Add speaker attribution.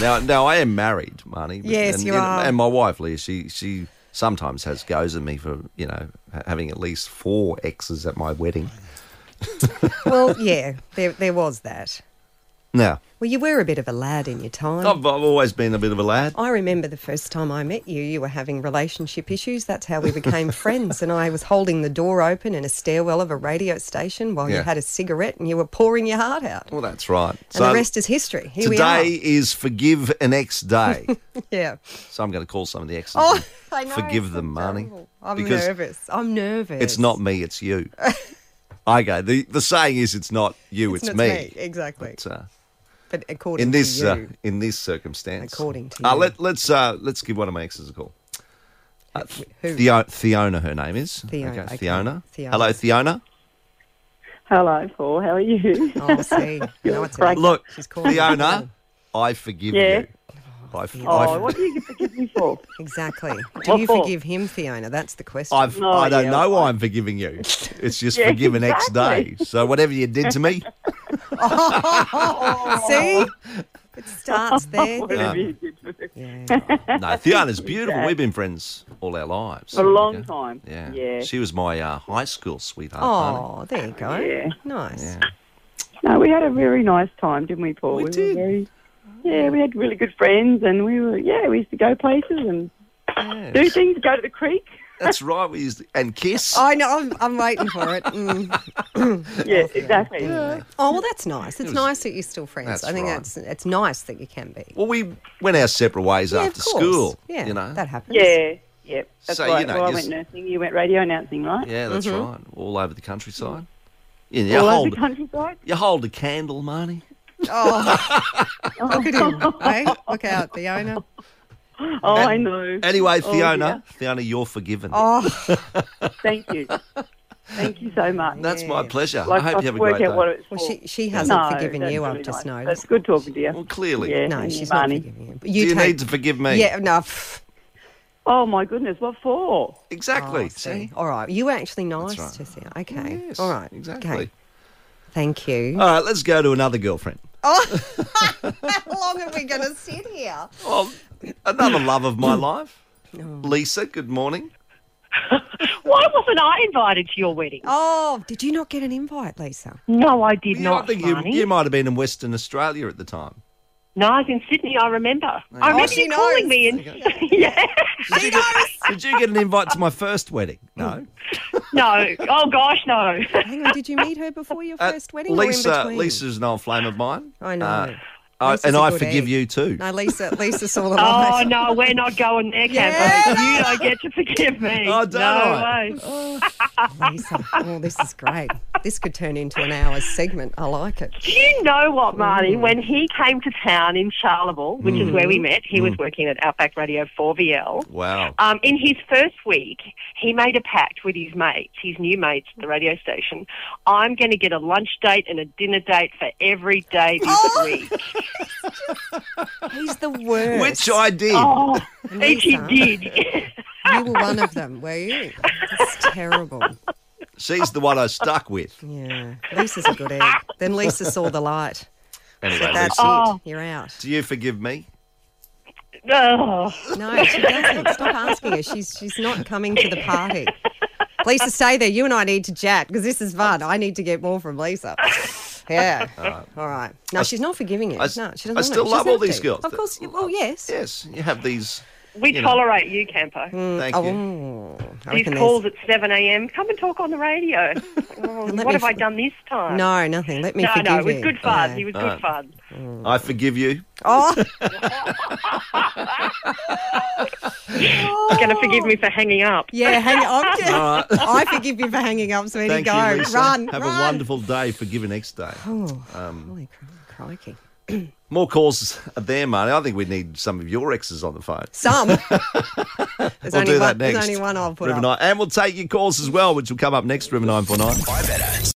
Speaker 1: Now, now I am married, Marnie. but-
Speaker 2: Yes,
Speaker 1: and,
Speaker 2: you
Speaker 1: and-
Speaker 2: are.
Speaker 1: And my wife, Leah, she she sometimes has goes at me for you know ha- having at least four exes at my wedding.
Speaker 2: well, yeah, there, there was that.
Speaker 1: Now,
Speaker 2: Well, you were a bit of a lad in your time.
Speaker 1: I've, I've always been a bit of a lad.
Speaker 2: I remember the first time I met you, you were having relationship issues. That's how we became friends. And I was holding the door open in a stairwell of a radio station while
Speaker 1: Yeah.
Speaker 2: you had a cigarette and you were pouring your heart out.
Speaker 1: Well, that's right.
Speaker 2: And the rest is history. Here
Speaker 1: today is forgive an ex day.
Speaker 2: we are. Yeah.
Speaker 1: so I'm going to call some of the exes.
Speaker 2: Oh,
Speaker 1: and
Speaker 2: I know.
Speaker 1: Forgive
Speaker 2: it's
Speaker 1: them,
Speaker 2: so
Speaker 1: Marnie.
Speaker 2: terrible. I'm
Speaker 1: because
Speaker 2: nervous. I'm nervous.
Speaker 1: It's not me. It's you. I go. The the saying is, it's not you. It's,
Speaker 2: not
Speaker 1: me.
Speaker 2: Exactly.
Speaker 1: It's, uh,
Speaker 2: But according
Speaker 1: in this
Speaker 2: to
Speaker 1: uh,
Speaker 2: you,
Speaker 1: in this circumstance.
Speaker 2: According to
Speaker 1: uh,
Speaker 2: you.
Speaker 1: let, let's uh, let's give one of my exes a call. Uh,
Speaker 2: who?
Speaker 1: Theo- Theona, her name is.
Speaker 2: Theo- okay.
Speaker 1: Theona.
Speaker 2: Theona.
Speaker 1: Hello, Theona.
Speaker 3: Hello, Paul. How are you?
Speaker 1: Oh,
Speaker 2: I'll Oh, see. You know, it's a-
Speaker 3: Right.
Speaker 1: Look,
Speaker 2: She's calling.
Speaker 1: Theona, I forgive
Speaker 3: Yeah.
Speaker 1: you. I, f-
Speaker 2: Theo.
Speaker 1: I f-
Speaker 3: Oh, what do you forgive me
Speaker 1: Um,
Speaker 3: for?
Speaker 2: Exactly. Do
Speaker 3: What
Speaker 2: you
Speaker 3: for?
Speaker 2: forgive him, Fiona? That's the question.
Speaker 1: I've,
Speaker 3: No,
Speaker 1: I don't
Speaker 3: yeah,
Speaker 1: know why
Speaker 3: I-
Speaker 1: I'm forgiving you. It's just
Speaker 3: Yeah,
Speaker 1: forgiven
Speaker 3: exactly.
Speaker 1: X day. So whatever you did to me,
Speaker 3: Oh.
Speaker 2: See? It starts there.
Speaker 3: Whatever you did for me.
Speaker 2: Yeah.
Speaker 1: no, Theona's beautiful.
Speaker 3: Exactly.
Speaker 1: We've been friends all our lives.
Speaker 3: For a long
Speaker 1: Okay.
Speaker 3: time.
Speaker 1: Yeah.
Speaker 3: Yeah.
Speaker 1: She was my uh, high school sweetheart. Marnie.
Speaker 2: Oh, there you go.
Speaker 3: Yeah.
Speaker 2: Nice.
Speaker 3: No, we had a very nice time, didn't we, Paul?
Speaker 1: We
Speaker 3: were
Speaker 1: did.
Speaker 3: very- yeah, we had really good friends, and we were yeah, we used to go places and
Speaker 1: Yes.
Speaker 3: do things, go to the creek.
Speaker 1: That's right. We used to, and kiss.
Speaker 2: I know. I'm, I'm waiting for it. Mm.
Speaker 3: Yeah, exactly.
Speaker 2: Oh well, that's nice. It's
Speaker 1: was-
Speaker 2: nice that you're still friends.
Speaker 1: Mm. That's
Speaker 2: I think
Speaker 1: right.
Speaker 2: that's it's nice that you can be.
Speaker 1: Well, we went our separate ways
Speaker 2: yeah,
Speaker 1: after
Speaker 2: of course.
Speaker 1: school.
Speaker 2: Yeah,
Speaker 1: you know.
Speaker 2: that happens.
Speaker 3: Yeah, yeah. That's
Speaker 1: So, you
Speaker 3: right.
Speaker 1: know,
Speaker 3: well, I
Speaker 1: you
Speaker 3: went
Speaker 1: s-
Speaker 3: nursing, you went radio announcing, right?
Speaker 1: Yeah, that's
Speaker 2: Mm-hmm.
Speaker 1: right. All over the countryside. Yeah, you
Speaker 3: All over
Speaker 1: hold
Speaker 3: the countryside.
Speaker 1: you hold a candle, Marnie.
Speaker 2: Oh, look at him. Hey, look out, the owner.
Speaker 3: Oh,
Speaker 1: And-
Speaker 3: I know.
Speaker 1: Anyway,
Speaker 3: Oh,
Speaker 1: Fiona, Fiona, you're forgiven.
Speaker 2: Oh,
Speaker 3: dear. Thank you. Thank you so much.
Speaker 1: that's my pleasure.
Speaker 3: like,
Speaker 1: I hope you have a
Speaker 3: work
Speaker 1: great day.
Speaker 3: out what it's
Speaker 2: well,
Speaker 3: for.
Speaker 2: she she hasn't
Speaker 3: No,
Speaker 2: forgiven
Speaker 3: that's
Speaker 2: you.
Speaker 3: really
Speaker 2: I've just
Speaker 3: nice.
Speaker 2: noticed.
Speaker 3: That's good talking to you.
Speaker 1: well, clearly.
Speaker 3: Yeah,
Speaker 2: No,
Speaker 3: and
Speaker 2: she's
Speaker 3: you,
Speaker 2: not
Speaker 3: Barney.
Speaker 2: forgiving you. But
Speaker 1: Do you
Speaker 2: take-
Speaker 1: need to forgive me?
Speaker 2: Yeah, no. pff.
Speaker 3: Oh my goodness, what for?
Speaker 1: Exactly.
Speaker 2: Oh,
Speaker 1: see?
Speaker 2: All right. You were actually nice
Speaker 1: right.
Speaker 2: to see. Okay.
Speaker 1: Yes,
Speaker 2: All right.
Speaker 1: Exactly.
Speaker 2: Okay. Thank you.
Speaker 1: All right, let's go to another girlfriend.
Speaker 2: How long are we going to sit here?
Speaker 1: Well, Oh, another love of my life. Lisa, good morning.
Speaker 4: Why wasn't I invited to your wedding?
Speaker 2: Oh, did you not get an invite, Lisa?
Speaker 4: No, I did
Speaker 1: You know, I
Speaker 4: not.
Speaker 1: think you,
Speaker 4: Barney.
Speaker 1: you might have been in Western Australia at the time.
Speaker 4: No, I was in Sydney. I remember. I remember
Speaker 2: she
Speaker 4: you calling
Speaker 2: knows.
Speaker 4: me, and yeah,
Speaker 1: Did you, get, did you get an invite to my first wedding? No.
Speaker 4: no, oh gosh, no.
Speaker 2: Hang on. Did you meet her before your
Speaker 1: Uh,
Speaker 2: first wedding
Speaker 1: Lisa,
Speaker 2: or in between?
Speaker 1: Lisa's an old flame of mine.
Speaker 2: I know.
Speaker 1: Uh, I-
Speaker 2: Lisa's
Speaker 1: and
Speaker 2: a
Speaker 1: I
Speaker 2: good
Speaker 1: forgive
Speaker 2: egg.
Speaker 1: you too.
Speaker 2: No, Lisa. Lisa saw the
Speaker 4: Oh
Speaker 2: light.
Speaker 4: no, we're not going there,
Speaker 2: Yeah,
Speaker 4: Campbell. You don't get to forgive me.
Speaker 1: Oh, don't
Speaker 4: no
Speaker 1: I?
Speaker 4: way.
Speaker 2: Lisa. Oh, this is great. This could turn into an hour's segment. I like it.
Speaker 4: Do you know what,
Speaker 1: Oh.
Speaker 4: Marty? When he came to town in Charleville, which is
Speaker 1: Mm.
Speaker 4: where we met, he was working at Outback Radio 4VL.
Speaker 1: Wow.
Speaker 4: Um, in his first week, he made a pact with his mates, his new mates at the radio station. I'm going to get a lunch date and a dinner date for every day this
Speaker 1: Oh,
Speaker 4: week.
Speaker 2: He's the worst.
Speaker 1: Which I did.
Speaker 4: Oh, and he
Speaker 2: Lisa.
Speaker 4: did.
Speaker 2: You were one of them, were you? It's terrible.
Speaker 1: She's the one I stuck with.
Speaker 2: Yeah. Lisa's a good egg. Then Lisa saw the light.
Speaker 1: Anyway,
Speaker 2: That's
Speaker 1: Lisa,
Speaker 4: Oh.
Speaker 2: it. You're out.
Speaker 1: do you forgive me?
Speaker 4: oh,
Speaker 2: No, she doesn't. Stop asking her. She's she's not coming to the party. Lisa, stay there. You and I need to chat because this is fun. I need to get more from Lisa. Yeah. All right. No, she's not forgiving
Speaker 1: I
Speaker 2: you. no,
Speaker 1: s-
Speaker 2: she doesn't.
Speaker 1: I
Speaker 2: want
Speaker 1: still
Speaker 2: it. She
Speaker 1: love
Speaker 2: doesn't
Speaker 1: all
Speaker 2: have
Speaker 1: these
Speaker 2: to.
Speaker 1: girls.
Speaker 2: Of course. you- Well, yes.
Speaker 1: Yes, you have these.
Speaker 4: we
Speaker 1: You know.
Speaker 4: tolerate you, Campo.
Speaker 1: Thank
Speaker 2: oh,
Speaker 1: you.
Speaker 2: I
Speaker 4: These
Speaker 2: reckon there's-
Speaker 4: calls at 7 a.m. Come and talk on the radio. Oh,
Speaker 2: And let
Speaker 4: what
Speaker 2: me
Speaker 4: have I
Speaker 2: f-
Speaker 4: done this time?
Speaker 2: No, nothing. Let me
Speaker 4: no,
Speaker 2: forgive
Speaker 4: no, it was
Speaker 2: you.
Speaker 4: good fun. He
Speaker 2: Yeah.
Speaker 4: was
Speaker 1: Alright.
Speaker 4: good fun.
Speaker 1: I forgive you.
Speaker 2: Oh.
Speaker 4: He's going to forgive me for hanging up.
Speaker 2: Yeah, hang up. I forgive you for hanging up, sweetie.
Speaker 1: Thank
Speaker 2: Go.
Speaker 1: you, Lisa.
Speaker 2: Run.
Speaker 1: Have
Speaker 2: run.
Speaker 1: a wonderful day. Forgive an next day. Um,
Speaker 2: Oh, holy cri- crikey.
Speaker 1: More calls are there, Marnie. I think we need some of your exes on the phone.
Speaker 2: Some. there's
Speaker 1: We'll
Speaker 2: only
Speaker 1: do
Speaker 2: one,
Speaker 1: that next.
Speaker 2: There's only one I'll put
Speaker 1: River
Speaker 2: up.
Speaker 1: Nine. And we'll take your calls as well, which will come up next, River 949.